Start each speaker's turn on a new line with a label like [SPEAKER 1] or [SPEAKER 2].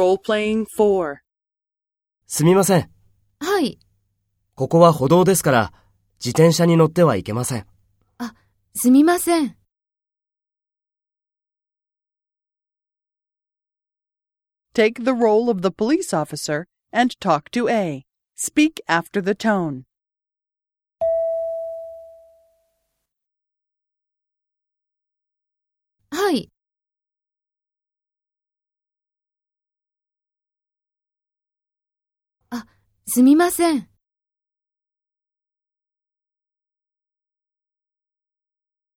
[SPEAKER 1] Role-playing 4.
[SPEAKER 2] すみません。
[SPEAKER 3] はい、
[SPEAKER 2] ここは歩道ですから、自転車に乗ってはいけません。
[SPEAKER 3] すみません。
[SPEAKER 1] Take the role of the police officer and talk to A. Speak after the tone.
[SPEAKER 3] はい、あ、すみません。